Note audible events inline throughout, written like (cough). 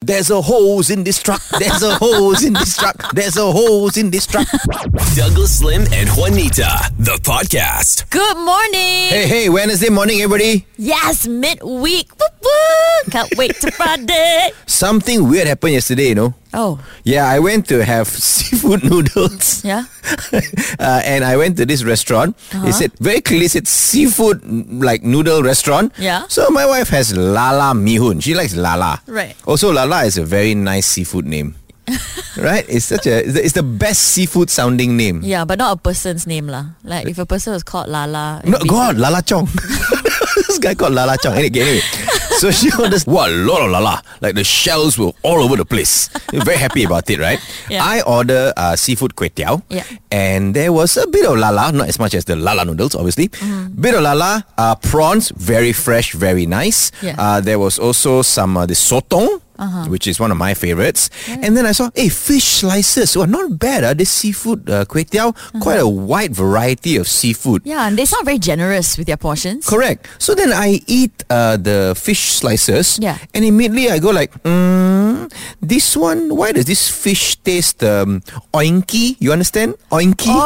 There's a hose in this truck. There's a hose in this truck. There's a hose in this truck. Douglas Slim and Juanita, the podcast. Good morning. Hey, hey, Wednesday morning, everybody. Yes, midweek. Woo, woo. Can't wait (laughs) to Friday. Something weird happened yesterday, you know? Oh, Yeah, I went to have (laughs) seafood noodles. yeah. (laughs) Uh-huh. uh, and I went to this restaurant. It said very clearly said seafood mm, like noodle restaurant. Yeah. So my wife has Lala Mihun. She likes Lala. Right. Also, Lala is a very nice seafood (laughs) name. right? It's such a it's the, it's the best seafood sounding name. Yeah, but not a person's name lah. Like if a person was called Lala. it'd No, be- God, Lala Chong. (laughs) this guy called Lala Chong. Anyway, anyway. so (laughs) she orders, wow, lot of Lala. Like the shells were all over the place. You're very happy about it, right? Yeah. I order uh, seafood kway teow. Yeah. And there was a bit of Lala, not as much as the Lala noodles, obviously. Bit of Lala, uh, prawns, very fresh, very nice. Yeah. Uh, there was also some, uh, the sotong. Which is one of my favorites, and then I saw, hey, fish slices. Well, not bad. Uh, this seafood uh, kway teow, quite a wide variety of seafood. Yeah, and they sound very generous with their portions. Correct. So then I eat uh, the fish slices. Yeah. And immediately I go like, mm, this one, why does this fish taste um, oinky? You understand? Oinky? (laughs)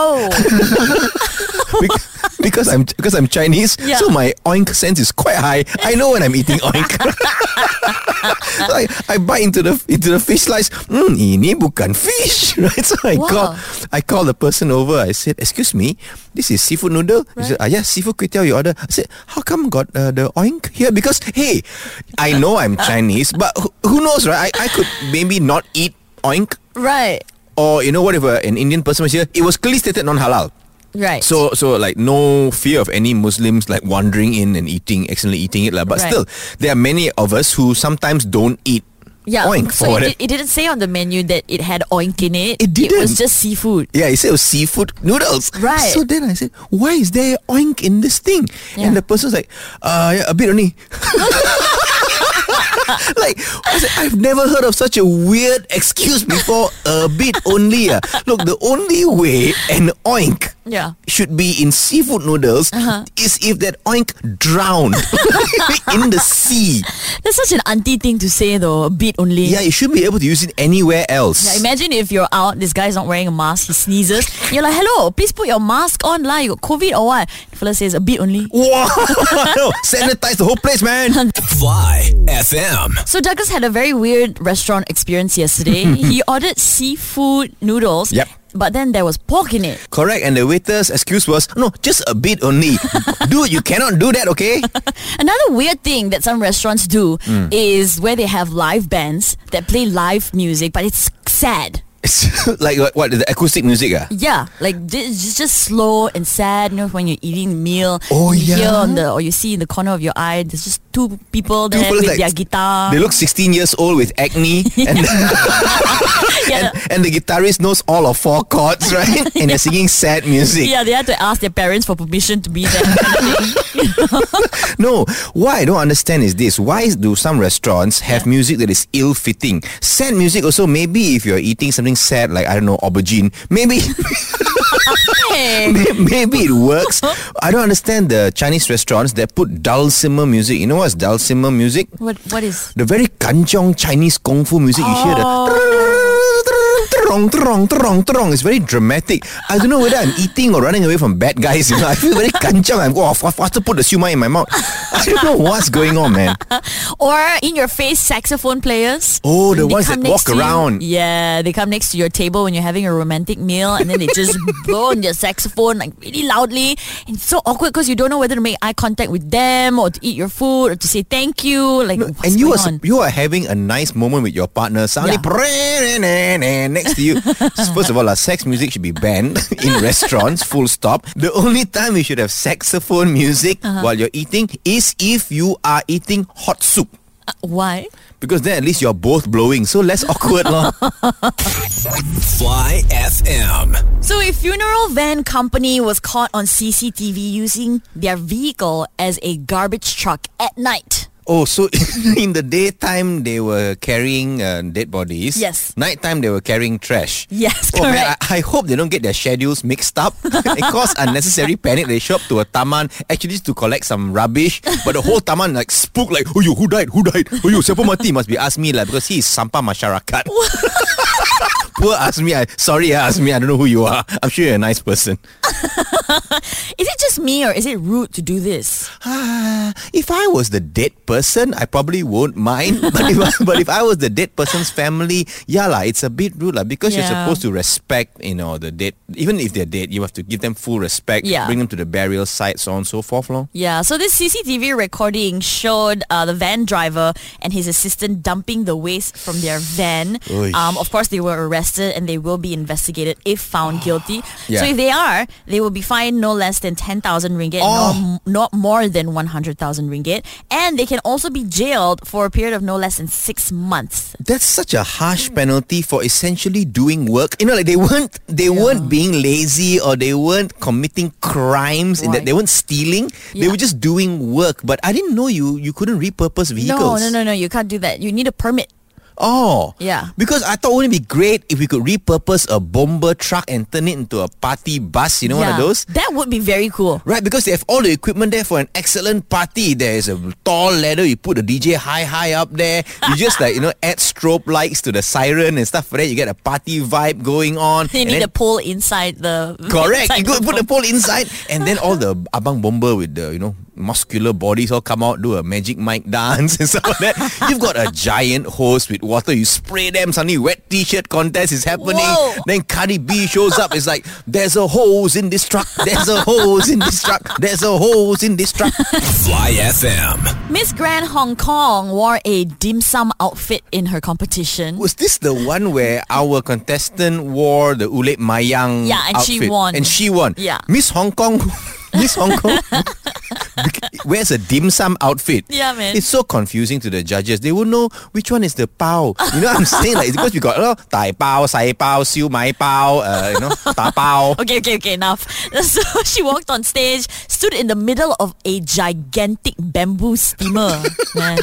Oh, (laughs) Bec- because I'm because I'm Chinese, Yeah. so my oink sense is quite high. I know when I'm (laughs) eating oink. so I, I bite into the into the fish slice. Mm, ini bukan fish, (laughs) right? So I Wow. call I call the person over. I said, "Excuse me, this is seafood noodle." He said, "Ah, yeah, seafood kway teow you order." I said, "How come got uh, the oink here?" Because hey, I know (laughs) I'm Chinese, but who, who knows, right? I, I could maybe not eat oink. right, Or you know what if uh, an Indian person was here? It was clearly stated non halal. right. So so like no fear of any Muslims like wandering in and eating accidentally eating it lah. But Right. still, there are many of us who sometimes don't eat yeah. oink so for it. it, di- it didn't say on the menu that it had oink in it. It It was didn't. just seafood. Yeah, he said it was seafood noodles. Right. So then I said, why is there oink in this thing? And Yeah. the person's like, uh, yeah, a bit only. (laughs) like I said, I've never heard of such a weird excuse before. A bit only. ah. Look, the only way an oink Yeah. Uh-huh. should be in seafood noodles is if that oink drowned (laughs) in the sea. That's such an auntie thing to say though. A bit only. Yeah, you should be able to use it anywhere else. Yeah, imagine if you're out, this guy's not wearing a mask, he sneezes. You're like, hello, please put your mask on, lah. You got COVID or what? The fella says, a bit only. Wow! (laughs) no, sanitize the whole place, man. (laughs) Um, Fly FM. So Douglas had a very weird restaurant experience (laughs) yesterday. he ordered seafood noodles. Yep. But then there was pork in it. (laughs) Correct, and the waiter's excuse was, no, just a bit only. Dude, you cannot do that, okay? Another weird thing that some restaurants do Mm. is where they have live bands that play live music, but it's sad. It's (laughs) like what, what the acoustic music, ah? Yeah, like it's just slow and sad. You know, when you're eating a meal, Oh, you hear yeah. on the or you see in the corner of your eye, there's just two people Two there fellas with like- their guitar. They look 16 years old with acne, and, (laughs) yeah, and, and the guitarist knows all of four chords, right? And they're singing sad music. yeah, they had to ask their parents for permission to (laughs) be there. No, what I don't understand is this. Why is- do some restaurants have music that is ill-fitting? Sad music also, maybe if you're eating something sad, like, I don't know, aubergine, maybe (laughs) Hey. may- maybe it works. I don't understand the Chinese restaurants that put dulcimer music. You know what's dulcimer music? What what is? The very kanchong Chinese kung fu music you hear. The trong, trong, trong, trong. It's very dramatic. I don't know whether I'm eating or running away from bad guys. You know, I feel very kanchong. I'm oh, I faster put the siumai in my mouth. I don't know what's going on, man. Or in your face saxophone players. Oh, the They ones come that next walk to you. around. Yeah, they come next to your table when you're having a romantic meal and then they (laughs) just blow on their saxophone like really loudly. And it's so awkward because you don't know whether to make eye contact with them or to eat your food or to say thank you. Like, what's and you going are on? you are having a nice moment with your partner. Suddenly, Yeah. "Pre-ne-ne-ne," next to you. First of all, uh, sex music should be banned in restaurants. Full stop. The only time you should have saxophone music while you're eating is if you are eating hot soup. Uh, Why? Because then at least you're both blowing, so less (laughs) awkward, lah. Fly FM. So a funeral van company was caught on CCTV using their vehicle as a garbage truck at night. Oh, so (laughs) in the daytime they were carrying uh, dead bodies. Yes. Nighttime they were carrying trash. Yes, Oh man, correct. I, I hope they don't get their schedules mixed (laughs) up. (laughs) it caused unnecessary panic. They show up to a taman actually to collect some rubbish, but the whole taman like spooked like, oh you who died, who died, oh you siapa mati must be Asmi lah because he is sampah (laughs) masyarakat. (laughs) Poor Asmi, I, sorry ah, Asmi, I don't know who you are. I'm sure you're a nice person. Is it just me or is it rude to do this? Ah, if I was the dead person, I probably won't mind. (laughs) But if, I- but if I was the dead person's family, yeah lah, it's a bit rude lah because you're Yeah. supposed to respect, you know, the dead. Even if they're dead, you have to give them full respect. Yeah. Bring them to the burial site, so on and so forth, lor. Yeah, so this CCTV recording showed uh, the van driver and his assistant dumping the waste from their van. Oish. Um, of course, they were arrested and they will be investigated (sighs) if found guilty. So Yeah. if they are, they will be fined no less than 10,000 ringgit, Oh. not, not more than 100,000 ringgit. And they can also be jailed for a period of no less than six months. That's such a harsh penalty for essentially doing work. You know, like they weren't they weren't being lazy or they weren't committing crimes in that Right. they weren't stealing. They Yeah. were just doing work. But I didn't know you you couldn't repurpose No, vehicles. no, no, no, you can't do that. You need a permit. Oh. Yeah. Because I thought wouldn't it be great if we could repurpose a bomber truck and turn it into a party bus, you know, one of Yeah. those? That would be very cool. (laughs) Right, because they have all the equipment there for an excellent party. There is a tall ladder, you put the DJ high, high up there. You just like, you know, add strobe lights to the siren and stuff for that. You get a party vibe going on. (laughs) You and need then- a pole inside the (laughs) (laughs) Correct. inside You go the put the pole. pole inside, and then all the abang bomber with the you know muscular bodies all come out, do a magic mic dance (laughs) and stuff like that. You've got a giant hose with water. You spray them. Suddenly, wet T-shirt contest is happening. Whoa. Then Cardi B shows up. It's like there's a hose in this truck. There's a hose in this truck. There's a hose in this truck. Fly FM. Miss Grand Hong Kong wore a dim sum outfit in her competition. Was this the one where our contestant wore the ulit mayang? Yeah, and she outfit? won. And she won. Yeah. Miss Hong Kong. (laughs) Miss Hong Kong. (laughs) bec- Wears a dim sum outfit. Yeah, man. It's so confusing to the judges. They won't know which one is the pao. You know what I'm saying? Like, because we got you know, tai pao, sai pao, siu mai pao, uh, you know, ta (laughs) pao. Okay, okay, okay, enough. So she walked on stage, stood in the middle of a gigantic bamboo steamer. Man.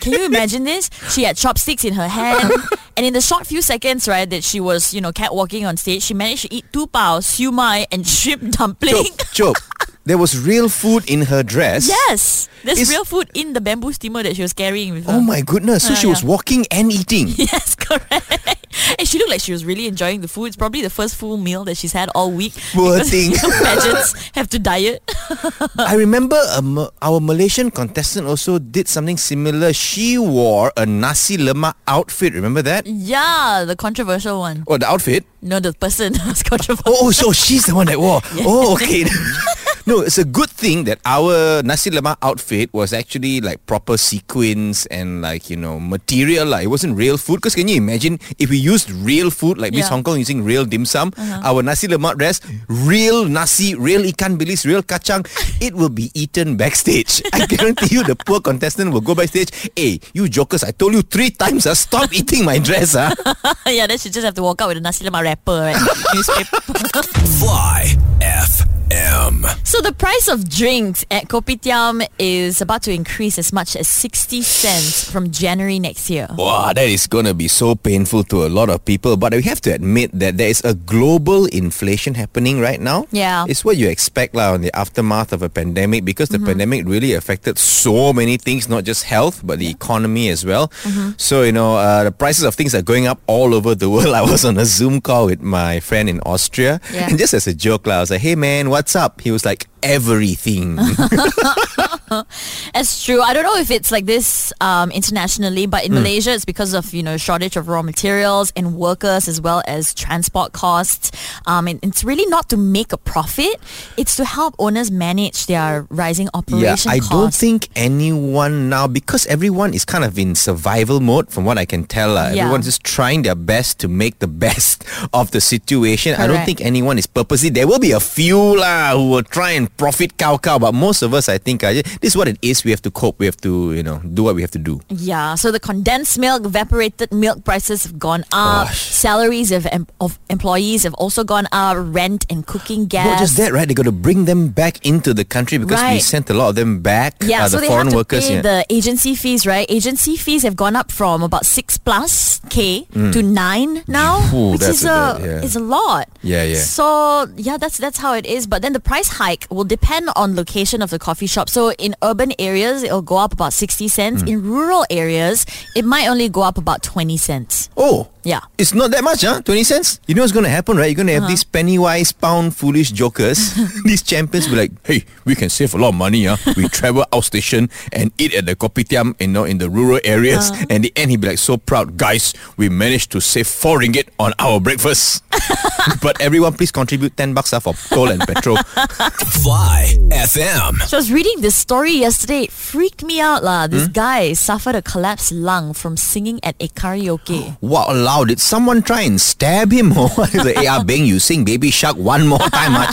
Can you imagine this? She had chopsticks in her hand. And in the short few seconds, right, that she was, you know, catwalking on stage, she managed to eat two pao, siu mai, and shrimp (laughs) dumpling. Chop, chop. There was real food in her dress. Yes, there's It's- real food in the bamboo steamer that she was carrying with her. Oh my goodness. So Ah, she was yeah. walking and eating. (laughs) Yes, correct. And she looked like she was really enjoying the food. It's probably the first full meal that she's had all week. Poor because, (laughs) thing. you know, pageants have to diet. (laughs) I remember um, our Malaysian contestant also did something similar. She wore a nasi lemak outfit. Remember that? Mm. Yeah, the controversial one. Oh, the outfit? No, the person (laughs) was controversial. Oh, oh so she's the one that wore. Oh, okay. (laughs) no, it's a good thing that our nasi lemak outfit was actually like proper sequins and like, you know, material. Like, it wasn't real food. Because can you imagine if we used real food, like Miss Yeah. Hong Kong using real dim sum, our nasi lemak dress, real nasi, real ikan bilis, real kacang, it will be eaten backstage. I guarantee you the poor contestant will go backstage. Hey, you jokers, I told you three times, uh, stop eating my dress. Uh. (laughs) yeah, then she just have to walk out with a nasi lemak wrapper, right? Newspaper. (laughs) Fly FM. So the price of drinks at Kopitiam is about to increase as much as 60 cents from January next year. Wow, that is going to be so painful to a lot of people. But we have to admit that there is a global inflation happening right now. Yeah. It's what you expect lah on the aftermath of a pandemic because the Mm-hmm. pandemic really affected so many things, not just health, but the economy as well. Mm-hmm. So, you know, uh, the prices of things are going up all over the (laughs) world. I was on a Zoom call with my friend in Austria. Yeah. And just as a joke, lah, I was like, hey man, what's up? He was like, everything. That's true. I don't know if it's like this um, internationally, but in Hmm. Malaysia, it's because of you know shortage of raw materials and workers as well as transport costs. Um, and it's really not to make a profit; it's to help owners manage their rising Yeah, operation I costs. don't think anyone now because everyone is kind of in survival mode. From what I can tell, uh, Yeah. everyone's just trying their best to make the (laughs) best of the situation. I don't think Correct. anyone is purposely. There will be a few lah who will try and profit cow cow. But most of us, I think, are, just- this is what it is. We have to cope. We have to, you know, do what we have to do. Yeah, so the condensed milk, evaporated milk prices have gone up. Gosh. Salaries of, em- of employees have also gone up. Rent and cooking gas. Not just that, right? They got to bring them back into the country because we Right. sent a lot of them back. Yeah, uh, so the they foreign have to workers. pay yeah. the agency fees, right? Agency fees have gone up from about six plus k to nine now, Ooh, which Mm. that's is a a bit, yeah. is a lot. Yeah, yeah. So yeah, that's that's how it is. But then the price hike will depend on location of the coffee shop. So in urban areas, it'll go up about sixty Mm. cents. In rural areas, it might only go up about twenty cents. Oh. Yeah. It's not that much, huh? 20 cents? You know what's going to happen, right? You're going to have these penny-wise, pound foolish jokers. these champions be like, hey, we can save a lot of money, huh? We travel outstation and eat at the kopitiam, you know, in the rural areas. And the end, he'd be like so proud, guys, we managed to save four ringgit on our breakfast. but everyone, please contribute 10 bucks uh, for coal and petrol. Fly FM. So I was reading this story yesterday. It freaked me out, lah. This Hmm? guy suffered a collapsed lung from singing at a (gasps) karaoke. Wow, loud. Did someone try and stab him? (laughs) Or what? He's like, hey, ah, Beng, you sing Baby Shark one more time. ah."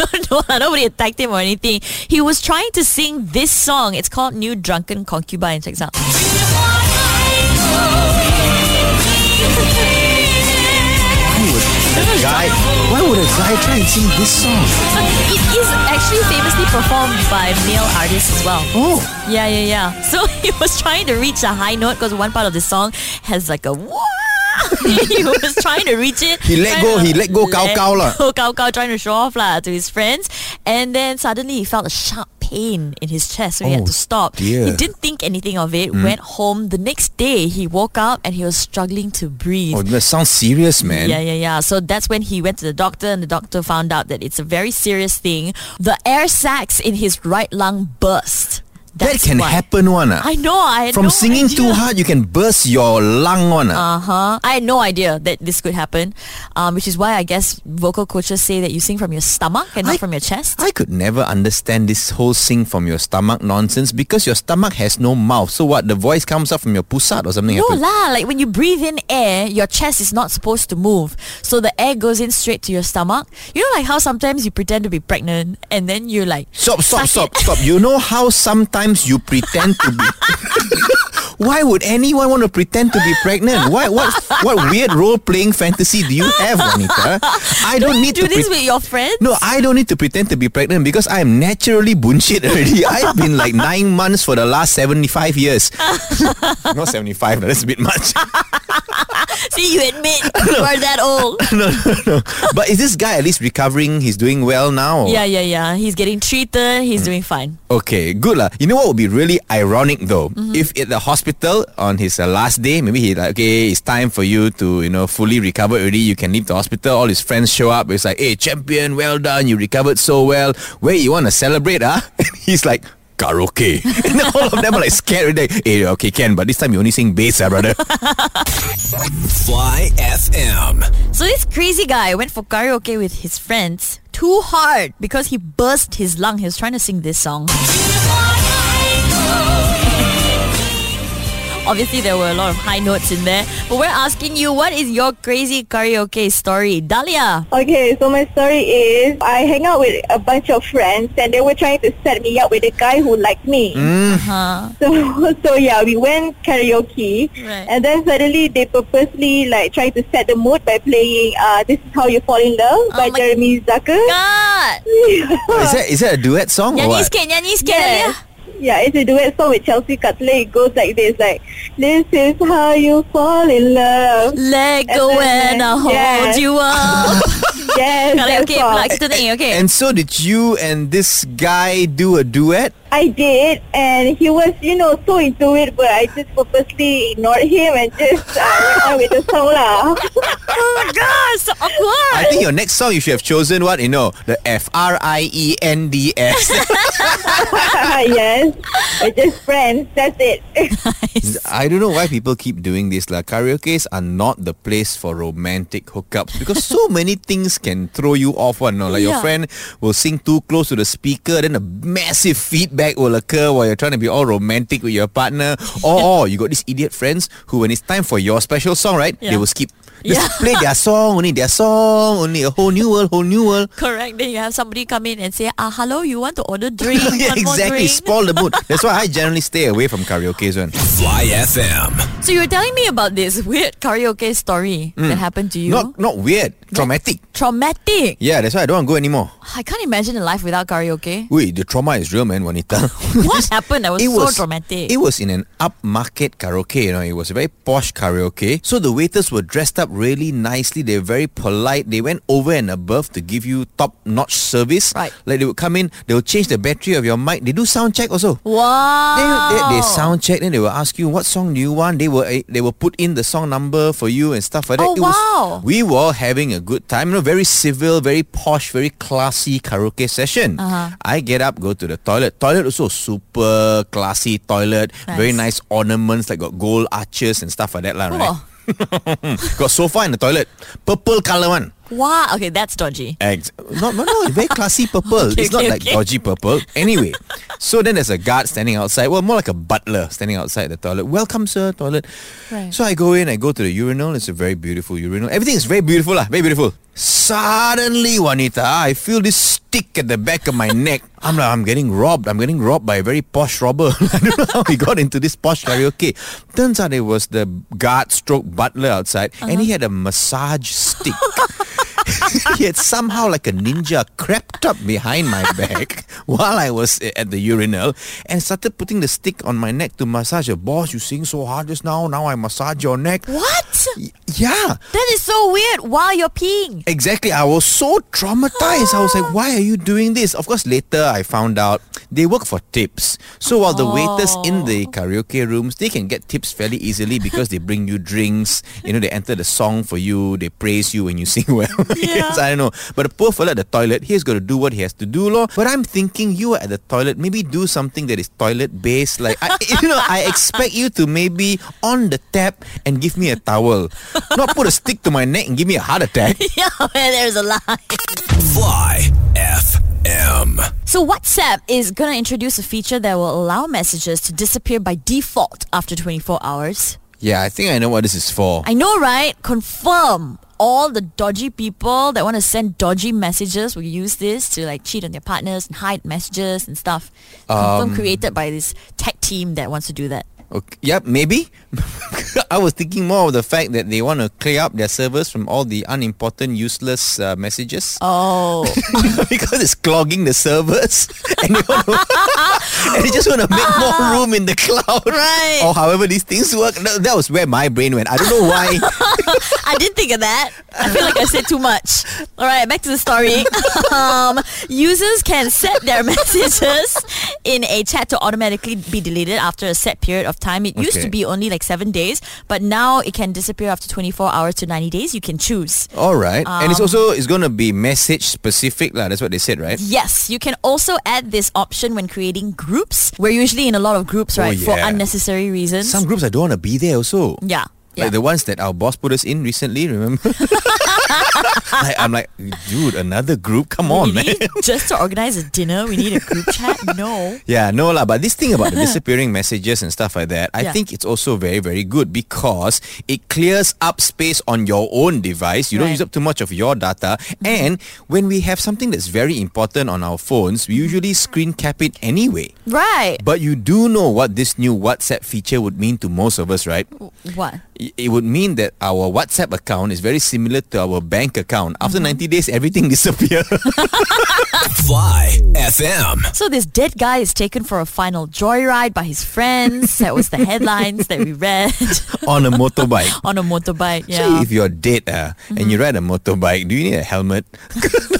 no, no, lah, nobody attacked him or anything. He was trying to sing this song. It's called New Drunken Concubine. Check this out. (laughs) guy, why would a guy try and sing this song? It is actually famously performed by male artists as well. Oh, Yeah, yeah, yeah. (laughs) So he was trying to reach a high note because one part of the song has like a (laughs) wah. he was trying to reach it. He let trying go, to- he let go, cow let cow lah. go, cow cow, trying to show off lah to his friends. And then suddenly he felt a sharp pain in his chest, so he had Oh, to stop. dear. Mm. He didn't think anything of it. Went home the next day. He woke up and he was struggling to breathe. oh, that sounds serious, man. Yeah, yeah, yeah. So that's when he went to the doctor, and the doctor found out that it's a very serious thing. The air sacs in his right lung burst. that That's can why. happen, one. ah. I know. I had From no singing idea. too hard, you can burst your lung, one. ah. Uh huh. I had no idea that this could happen, um, which is why I guess vocal coaches say that you sing from your stomach and I- not from your chest. I could never understand this whole sing from your stomach nonsense because your stomach has no mouth. So what? The voice comes out from your pusat or something? no happens? lah, like when you breathe in air, your chest is not supposed to move. So the air goes in straight to your stomach. You know like how sometimes you pretend to be pregnant and then you like Stop, stop, suck stop, stop. You know how sometimes you pretend to be. (laughs) Why would anyone want to pretend to be pregnant? Why, what, what weird role playing fantasy do you have, Juanita? I don't need to it. Do this pre- with your friends? No, I don't need to pretend to be pregnant because I am naturally bunshit already. (laughs) I've been like nine months for the last 75 years. Not 75, no, that's a bit much. (laughs) See, you admit you are that old. (laughs) But is this guy at least recovering? He's doing well now? or- Yeah, yeah, yeah. He's getting Mm. treated. He's doing fine. Okay, good lah. You know what would be really ironic though? If at the hospital on his uh, last day, maybe he like, okay, it's time for you to, you know, fully recover already. You can leave the hospital. All his friends show up. It's like, hey, champion, well done. You recovered so well. Where you want to celebrate, huh? And (laughs) he's like, karaoke. (laughs) and then all of them are like scared. They're Like, hey, okay, Ken, but this time you only sing bass, ah, brother. Fly FM. So this crazy guy went for karaoke with his friends too hard because he burst his lung. He was trying to sing this song. Obviously, there were a lot of high notes in there. But we're asking you, what is your crazy karaoke story? Dahlia. Okay, so my story is I hang out with a bunch of friends and they were trying to set me up with a guy who liked me. Huh? (laughs) So so yeah, we went karaoke Right. and then suddenly they purposely like try to set the mood by playing uh, This Is How You Fall in Love by Oh my Jeremy Zucker. (laughs) God! Oh, is, that, is that a duet song or Nyanyi what? sikit, nyanyi sikit, Dahlia. Yes. Yeah, it's a duet song with Chelsea Cutler. It goes like this, like This is how you fall in love. (laughs) Let go And then- and I'll hold Yes. you up. (laughs) yes, that Karaoke song. pula kita nyanyi, okay? And so did you and this guy do a duet? I did, and he was, you know, so into it, but I just purposely ignored him and just uh, went on with the song lah. Oh god, so awkward. I think your next song you should have chosen what you know the F R I E N D (laughs) S. (laughs) yes, we're just friends. That's it. (laughs) I don't know why people keep doing this lah. Karaoke's are not the place for romantic hookups because so many things can throw you off. One, no? like your Yeah. friend will sing too close to the speaker, then a massive feedback will occur while you're trying to be all romantic with your partner. Or, or you got these idiot friends who, when it's time for your special song, right, they Yeah. will skip. Just Yeah. play their song only, their song only, a whole new world, whole new world. Correct. Then you have somebody come in and say, ah, hello, you want to order (laughs) (laughs) drink? yeah, One more exactly. drink?" Spoil the mood. That's why I generally stay away from karaoke's one. Fly FM. So you were telling me about this weird karaoke story that happened to you. Mm. Not not weird, traumatic. Traumatic. Yeah, that's why I don't want to go anymore. I can't imagine a life without karaoke. Wait, the trauma is real, man, Juanita. (laughs) What happened? That was, so traumatic. It was in an upmarket karaoke, you know. It was a very posh karaoke. So the waiters were dressed up really nicely. They were very polite. They went over and above to give you top-notch service. Right. Like they would come in, they would change the battery of your mic. They do sound check also. They, wow. they, they sound check, then they will ask you what song do you want. They will eh, they will put in the song number for you and stuff like that. Oh, It was- wow. we were having a good time. You know, very civil, very posh, very classy karaoke session. Uh-huh. I get up, go to the toilet. Toilet also super classy toilet. Very Nice. Oh. nice ornaments like got gold arches and stuff like that lah. Right? Cool. Got sofa in the toilet, purple color one. Wow. Okay, that's dodgy. Ex- no, no, no. Very classy purple. Okay, it's not okay, like okay. dodgy purple. Anyway, so then there's a guard standing outside. Well, more like a butler standing outside the toilet. Welcome, sir, toilet. Right. So I go in. I go to the urinal. It's a very beautiful urinal. Everything is very beautiful, lah. Very beautiful. Suddenly, Juanita, I feel this stick at the back of my (laughs) neck. I'm like, I'm getting robbed. I'm getting robbed by a very posh robber. (laughs) I don't know how he got into this posh karaoke. Turns out it was the guard stroke butler outside, and he had Uh-huh. a massage stick. he had somehow like a ninja crept up behind my back (laughs) while I was at the urinal and started putting the stick on my neck to massage. Boss, you sing so hard just now. Now I massage your neck. What? Y- Yeah. That is so weird. While (laughs) you're peeing. Exactly. I was so traumatized. I was like, why are you doing this? Of course, later I found out they work for tips. So while the waiters in the karaoke rooms, they can get tips fairly easily because they bring you drinks. You know, they enter the song for you. They praise you (laughs) when you sing well. yes, I don't know. But the poor fella at the toilet, he's got to do what he has to do, lor. But I'm thinking you are at the toilet. Maybe do something that is toilet based. Like, I, (laughs) you know, I expect you to maybe on the tap and give me a towel. Not put a stick to my neck and give me a heart attack. yeah, man, there's a lie. Fly FM. So WhatsApp is going to introduce a feature that will allow messages to disappear by default after 24 hours. Yeah, I think I know what this is for. I know, right? Confirm. All the dodgy people that want to send dodgy messages will use this to like cheat on their partners and hide messages and stuff. Confirm created by this tech team that wants to do that. Okay, yep, maybe. (laughs) I was thinking more of the fact that they want to clear up their servers from all the unimportant, useless uh, messages Oh, (laughs) (laughs) because it's clogging the servers, (laughs) and they, want to, and they just want to make (laughs) more room in the cloud, Right. Or however these things work. That, that was where my brain went. I don't know (laughs) why. I did think of that. I feel like I said too much. All right, back to the story. (laughs) um, users can set their (laughs) messages in a chat to automatically be deleted after a set period of time. It used Okay. to be only like seven days, but now it can disappear after 24 hours to 90 days. You can choose. all right, and it's Um. also it's going to be message specific, lah. That's what they said, right? Yes, you can also add this option when creating groups. We're usually in a lot of groups, right, for Oh, yeah. unnecessary reasons. Some groups I don't want to be there also. yeah. yeah. Like the ones that our boss put us in recently, remember? (laughs) I, I'm like, dude, another group? Come on, man. Really? Just to organize a dinner, we need a group chat? No. (laughs) Yeah, no lah. But this thing about (laughs) the disappearing messages and stuff like that, I Yeah. think it's also very, very good because it clears up space on your own device. You don't Right. Mm-hmm. use up too much of your data. And when we have something that's very important on our phones, we usually screen cap it anyway. Right. But you do know what this new WhatsApp feature would mean to most of us, right? What? i- it would mean that our WhatsApp account is very similar to our bank account. After Mm-hmm. 90 days, everything (laughs) (laughs) disappears. Fly FM. So this dead guy is taken for a final joyride by his friends. that was the headlines that we read (laughs) on a motorbike. on a motorbike. So Yeah. Mm-hmm. if you're dead uh, and you ride a motorbike, do you need a helmet? (laughs)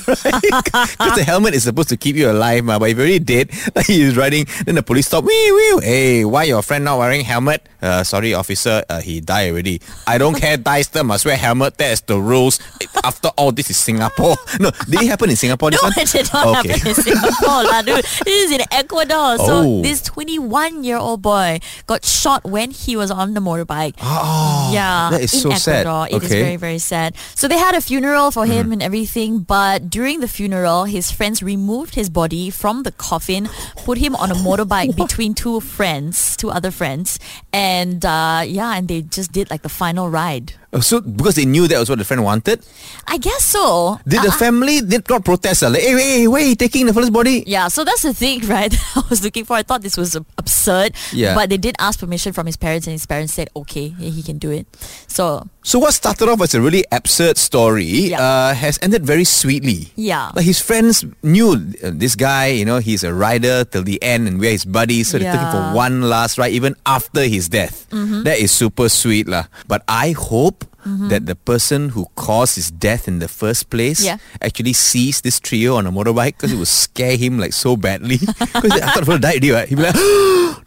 Because (laughs) the helmet is supposed to keep you alive, ma, but if you're already dead, (laughs) like you're riding, then the police stop, wee, wee, hey, why your friend not wearing helmet? Uh, sorry, officer, uh, he died already. I don't care, dies them, must wear helmet, that is the rules. After all, this is Singapore. (laughs) No, did it happen in Singapore? this (laughs) No, one? it did not happen in Singapore, lah, dude. This is in Ecuador. So Oh. this 21-year-old boy got shot when he was on the motorbike. Oh, yeah, that is in so sad. Ecuador, It is Okay. Mm-hmm. very, very sad. So they had a funeral for him and everything, but during the funeral, his friends removed his body from the coffin, put him on a (laughs) motorbike between two friends, two other friends, and uh, yeah, and they just did like the final ride. Uh, So because they knew that was what the friend wanted, I guess so. did the family did not protest? Uh, like, hey, hey, wait, taking the fellow's body? Yeah, so that's the thing, (laughs) right? that I was looking for. I thought this was ab- absurd. Yeah. But they did ask permission from his parents, and his parents said, okay, yeah, he can do it. So, (laughs) So what started off as a really absurd story Yeah. uh, has ended very sweetly. Yeah. Like his friends knew uh, this guy, you know, he's a rider till the end and we're his buddies. So they took him for Yeah. Mm-hmm. one last ride even after his death. That is super sweet. lah. But I hope that the person who caused his death in the first place Yeah. actually sees this trio on a motorbike because it would scare him like so badly. (laughs) Because I thought the fellow died already, right? He'd be like,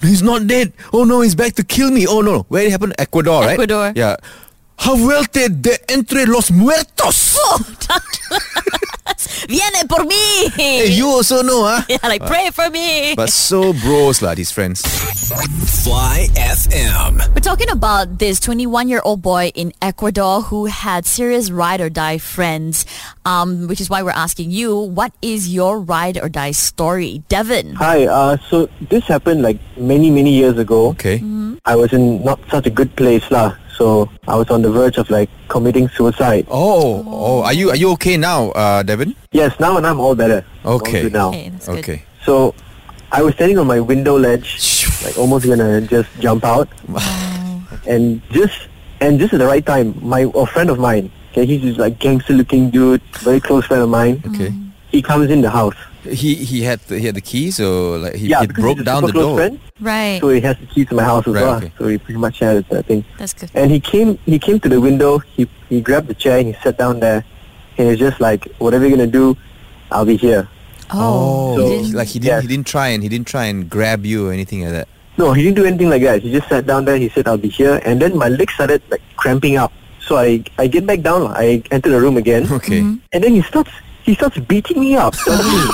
(gasps) he's not dead. Oh no, he's back to kill me. Oh no. Where it happened? Ecuador, right? Ecuador. Yeah. Havuelte de entre los muertos. oh, (laughs) viene por mí! Hey, you also know, huh? (laughs) yeah, like, pray for me! But so bros lah, these friends. Fly FM. We're talking about this 21 year old boy in Ecuador who had serious ride or die friends, um, which is why we're asking you, what is your ride or die story? Devin. Hi, uh, so this happened like many, many years ago. Okay. I was in not such a good place lah. So I was on the verge of like committing suicide. Oh, oh, are you are you okay now, uh, Devin? Yes, now and I'm all better. All Okay. good now. Okay, that's good. okay. So I was standing on my window ledge, like almost gonna just jump out, and just and just at the right time, my a friend of mine. Okay, he's this like gangster looking dude, very close friend of mine. Okay. He comes in the house. He he had the, he had the keys or like he, yeah, it because broke he's a down super the close door. friend, Right. so he has the keys to my house as Right, well. okay. So he pretty much had that thing. That's good. And he came he came to the window, he he grabbed the chair and he sat down there. He was just like, Whatever you're gonna do, I'll be here. Oh. So, you didn't- like he didn't Yeah. he didn't try and he didn't try and grab you or anything like that. No, he didn't do anything like that. He just sat down there, he said, I'll be here and then my legs started like cramping up. So I I get back down, I enter the room again Mm-hmm. Okay. and then he starts he starts beating me (laughs) up. suddenly.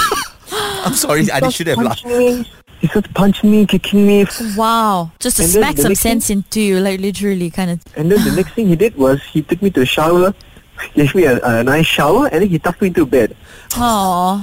I'm sorry, I He should have starts laughed. punching me. He starts punching me, kicking me, Wow. Just to And then smack the some next thing- sense into you, like literally kind of. And then the next thing he did was he took me to a shower, gave me a, a nice shower, and then he tucked me into bed. Oh.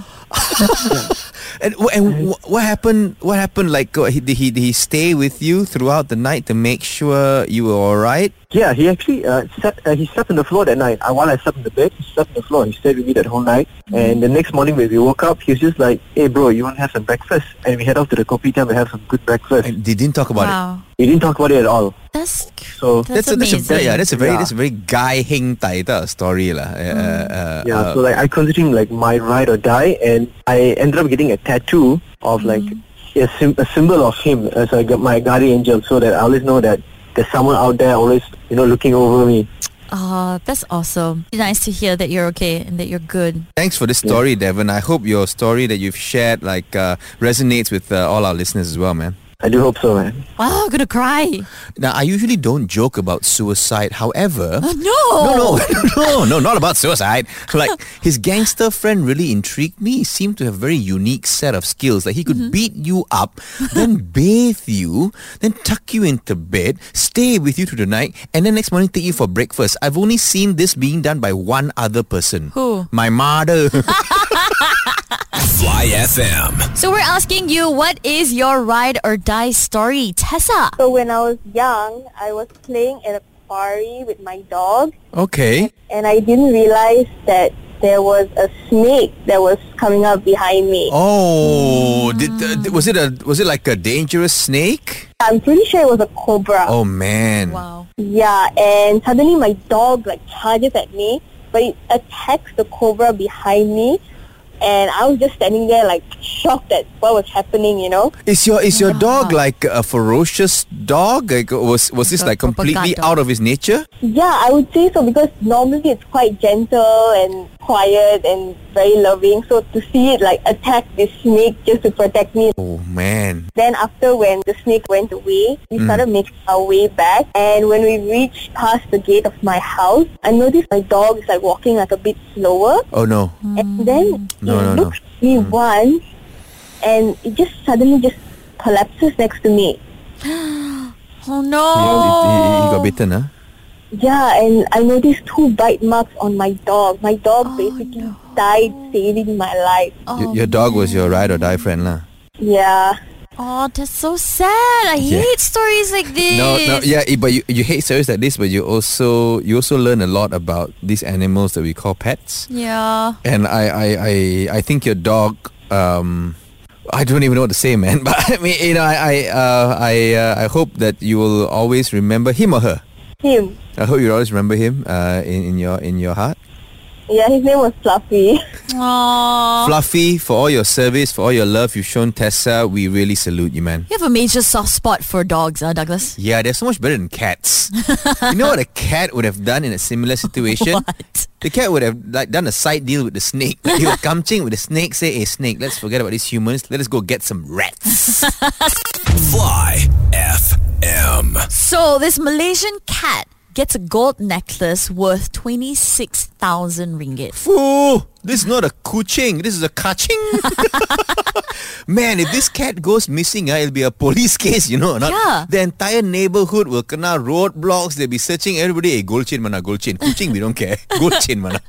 And, wh- and wh- what happened? What happened? Like uh, he, did he did he stay with you throughout the night to make sure you were all right? Yeah, he actually uh, sat, uh, he slept on the floor that night. Uh, while I slept in the bed, he slept on the floor. He stayed with me that whole night. And the next morning when we woke up, he was just like, hey bro, you want to have some breakfast? And we head off to the kopitiam and have some good breakfast. And they didn't talk about it. Wow. We didn't talk about it at all. That's So, That's a, that's a amazing. yeah, that's a very Yeah. that's a very guy heng tai da story lah. Uh, Mm. uh, yeah, uh, so like I consider him like my ride or die. And I ended up getting a tattoo of like a, sym a symbol of him Uh, as like my guardian angel so that I always know that there's someone out there always, you know, looking over me. oh, that's awesome. Nice to hear that you're okay and that you're good. Thanks for this story, Devon. I hope your story that you've shared like uh, resonates with uh, all our listeners as well, man. I do hope so, man. Wow, I'm gonna cry. Now, I usually don't joke about suicide. However, Oh, No, no. (laughs) no, no, no, not about suicide. (laughs) Like his gangster friend really intrigued me. He seemed to have very unique set of skills. Like he could Mm-hmm. beat you up, then (laughs) bathe you, then tuck you into bed, stay with you through the night, and then next morning take you for breakfast. I've only seen this being done by one other person. Who? My (laughs) mother. Fly FM. So we're asking you, what is your ride or die story, Tessa? So when I was young, I was playing at a quarry with my dog, okay. and I didn't realize that there was a snake that was coming up behind me. Oh, did, uh, Mm. did- was it a was it like a dangerous snake? I'm pretty sure it was a cobra. Oh man. Wow. Yeah, and suddenly my dog like charges at me, but it attacks the cobra behind me, and I was just standing there like shocked at what was happening, you know. Is your is your dog like a ferocious dog? Like was was this Like like a completely propaganda. out of his nature? Yeah, I would say so because normally it's quite gentle and quiet and very loving. So to see it like attack this snake just to protect me. Oh man. Then after when the snake went away, we started making our way back. And when we reached past the gate of my house, I noticed my dog is like walking like a bit slower. Oh no. And then No, no, it Mm. no. looked at me once and it just suddenly just collapses next to me. Oh He, he, he he no. got bitten, huh? Yeah, and I noticed two bite marks on my dog. My dog basically died saving my life. Y- your dog was your ride or die friend, lah. Yeah. Oh, that's so sad. I Yeah. hate stories like this. No, no, yeah, it, but you, you hate stories like this, but you also you also learn a lot about these animals that we call pets. Yeah. And I, I, I, I think your dog. Um, I don't even know what to say, man. (laughs) But I mean, you know, I, I, uh, I, uh, I hope that you will always remember him or her. Him. I hope you always remember him uh, in, in your in your heart. Yeah, his name was Fluffy. (laughs) Aw. Fluffy, for all your service, for all your love you've shown Tessa, we really salute you, man. You have a major soft spot for dogs, huh, Douglas? Yeah, they're so much better than cats. you know what a cat would have done in a similar situation? What? The cat would have like done a side deal with the snake. Like, he would come ching with the snake, say, "Hey, snake, let's forget about these humans. Let us go get some rats." Fly FM. So this Malaysian cat gets a gold necklace worth 26,000 ringgit. Foo! This is not a kuching. This is a (laughs) kaching. Man, if this cat goes missing, ah, it'll be a police (laughs) case, you know or not? Yeah. The entire neighborhood will kena roadblocks. They'll be searching everybody. Hey, gold chain mana, gold chain. Kuching, we don't care. (laughs) Gold chain (laughs) mana.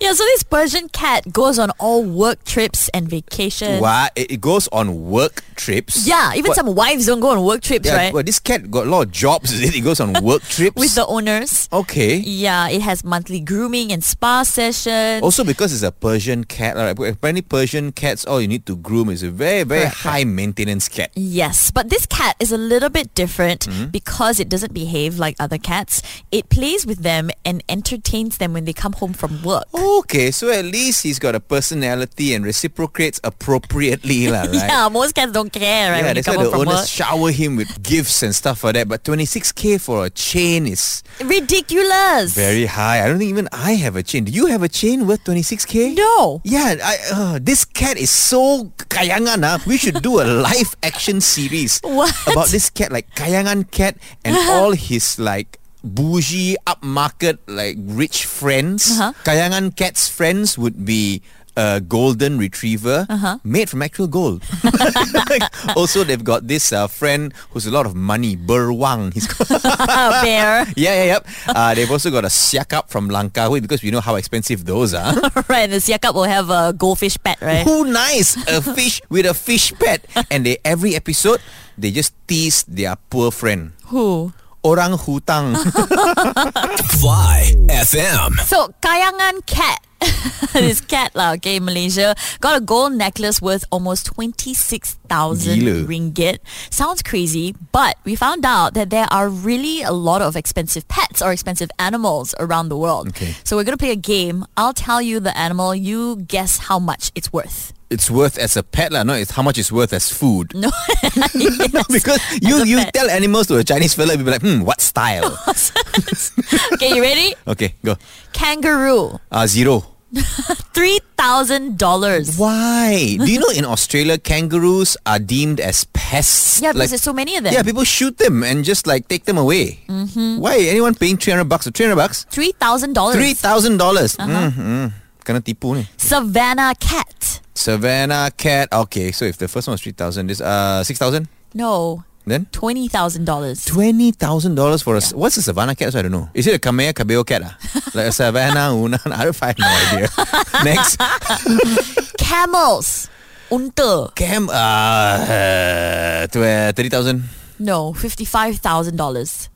Yeah, so this Persian cat goes on all work trips and vacations. Why? It, it goes on work trips. Yeah, even What- some wives don't go on work trips, Yeah, right? well, this cat got a lot of jobs. (laughs) Is it? It goes on (laughs) work trips. With the owners. okay. Yeah, it has monthly grooming and spa sessions. Also because it's a Persian cat, right? apparently Persian cats, all you need to groom is a very, very high maintenance cat. Yes, but this cat is a little bit different Mm-hmm. because it doesn't behave like other cats. It plays with them and entertains them when they come home from work. Oh. Okay, so at least he's got a personality and reciprocates appropriately, (laughs) lah, right? (laughs) Yeah, most cats don't care, right? Yeah, when they that's come why home the from owners work. shower him with gifts and stuff like that. But 26k for a chain is Ridiculous. very high. I don't think even I have a chain. Do you have a chain worth 26k? No. Yeah, I, uh, this cat is so kayangan. Ah. We should do a live action series (laughs) What? about this cat, like kayangan cat (laughs) and all his like bougie, upmarket, like rich friends. Uh-huh. Kayangan cat's friends would be a golden retriever Uh-huh. made from actual (laughs) gold. (laughs) also, they've got this uh, friend who's a lot of money, Berwang. He's (laughs) A bear. (laughs) (laughs) yeah, yeah, yep. Uh, they've also got a siak up from Langkawi because we know how expensive those (laughs) are. right, and the Siakap will have a goldfish pet, right? Who nice a fish with a fish pet? And they every episode they just tease their poor friend. Who? Orang hutang. (laughs) Fly FM. So, Kayangan cat. (laughs) this cat lah, okay, Malaysia got a gold necklace worth almost 26,000 Gila. ringgit. Sounds crazy, but we found out that there are really a lot of expensive pets or expensive animals around the world. Okay. So we're going to play a game. I'll tell you the animal, you guess how much it's worth. (laughs) it's worth as a pet lah. No, it's how much it's worth as food. No. (laughs) No, because you as a you pet. tell animals to a Chinese fella, you'll be like, hmm, what style? (laughs) okay, you ready? okay, go. Kangaroo, Uh, zero. $3,000. Why? Do you know in Australia kangaroos are deemed as pests? Yeah, because Like- there's so many of them. yeah, people shoot them and just like take them away. Mm-hmm. Why anyone paying three hundred bucks or three hundred bucks? Three thousand Three dollars. thousand dollars. Mm-hmm. Kena tipu ni. Savannah cat. Savannah cat. Okay, so if the first one was three thousand, this uh six thousand, No, then twenty thousand dollars. twenty thousand dollars for a what's a Savannah cat? So I don't know. Is it a Kamea Cabello cat? Ah? like a Savannah (laughs) Una? I don't I have no idea. Next, Camels. Unta. Cam. Uh, tw- uh, thirty thousand. No, fifty-five thousand dollars.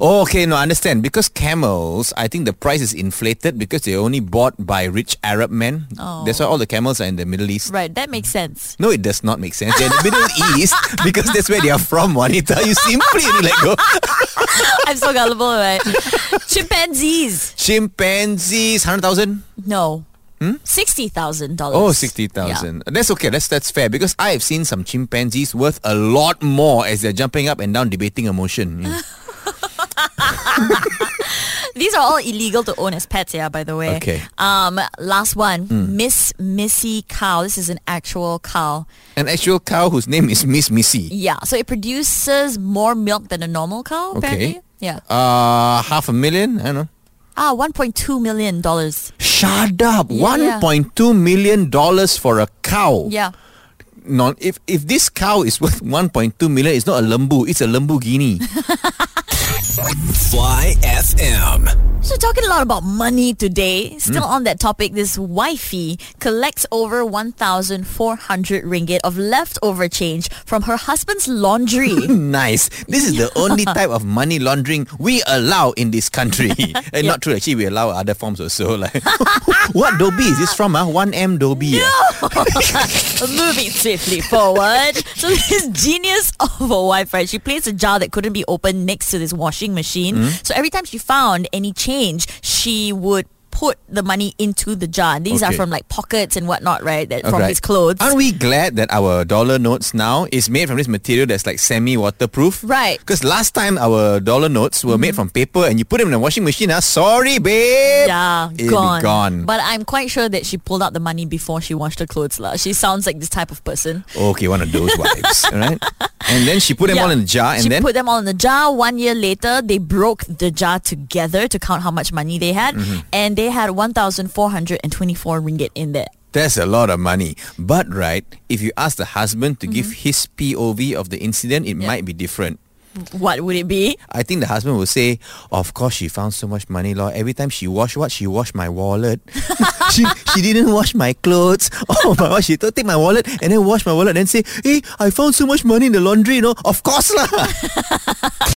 Oh, okay, no, I understand. Because camels, I think the price is inflated because they're only bought by rich Arab men. Oh. That's why all the camels are in the Middle East. Right, that makes sense. (laughs) No, it does not make sense. They're in the Middle (laughs) East because that's where they are from, Juanita. You simply need to let go. I'm so gullible, (laughs) right? Chimpanzees. Chimpanzees, 100,000? No. Sixty thousand dollars. Hmm? Oh, 60,000. That's okay. That's that's fair because I have seen some chimpanzees worth a lot more as they're jumping up and down debating a motion. Mm. These are all illegal to own as pets, yeah, by the way. Okay. Hmm. Um, last one. Miss Missy Cow. This is an actual cow. An actual cow whose name is Miss Missy. Yeah. So it produces more milk than a normal cow, apparently. Okay. Yeah. Uh, half a million? I don't know. Ah, one point two million dollars. Shut up. Yeah. $1.2 million dollars for a cow. Yeah. Non, if, if this cow is worth (laughs) 1.2 million, it's not a lembu. It's a Lamborghini. Fly FM. So talking a lot about money today. Still on that topic, this wifey collects over 1,400 ringgit of leftover change from her (laughs) husband's laundry. Nice. This is the (laughs) only type of money laundering we allow in this country. (laughs) and not true, actually, we allow other forms also. Like, (laughs) what Dobby is this from? Ah, 1M Dobby. ah? Moving swiftly forward. So this genius of a wife, right? She placed a jar that couldn't be opened next to this washing machine. So every time she found any change, she would put the money into the jar. These are Okay. from like pockets and whatnot, right? That from Alright. his clothes. Aren't we glad that our dollar notes now is made from this material that's like semi-waterproof? Right. Mm-hmm. Because last time our dollar notes were made from paper and you put them in the washing machine. Ah, sorry, (laughs) babe. Yeah, It'll gone. Be gone. But I'm quite sure that she pulled out the money before she washed her clothes. lah. She sounds like this type of person. okay, one of those (laughs) wives. All right. And then she put them Yeah. all in a jar and she then put them all in the jar. One year later, they broke the jar together to count how much money they had. Mm-hmm. And they had 1,424 ringgit in there. that's a lot of money. But right, if you ask the husband Mm-hmm. to give his POV of the incident, it might be different. What would it be? I think the husband will say, "Of course, she found so much money, Lord. Every time she washed what she washed my wallet. she she didn't wash my clothes. (laughs) Oh my God, she took take my wallet "Eh, and then wash my wallet and then say, "Hey, I found so much money in the laundry, you know. Of course lah."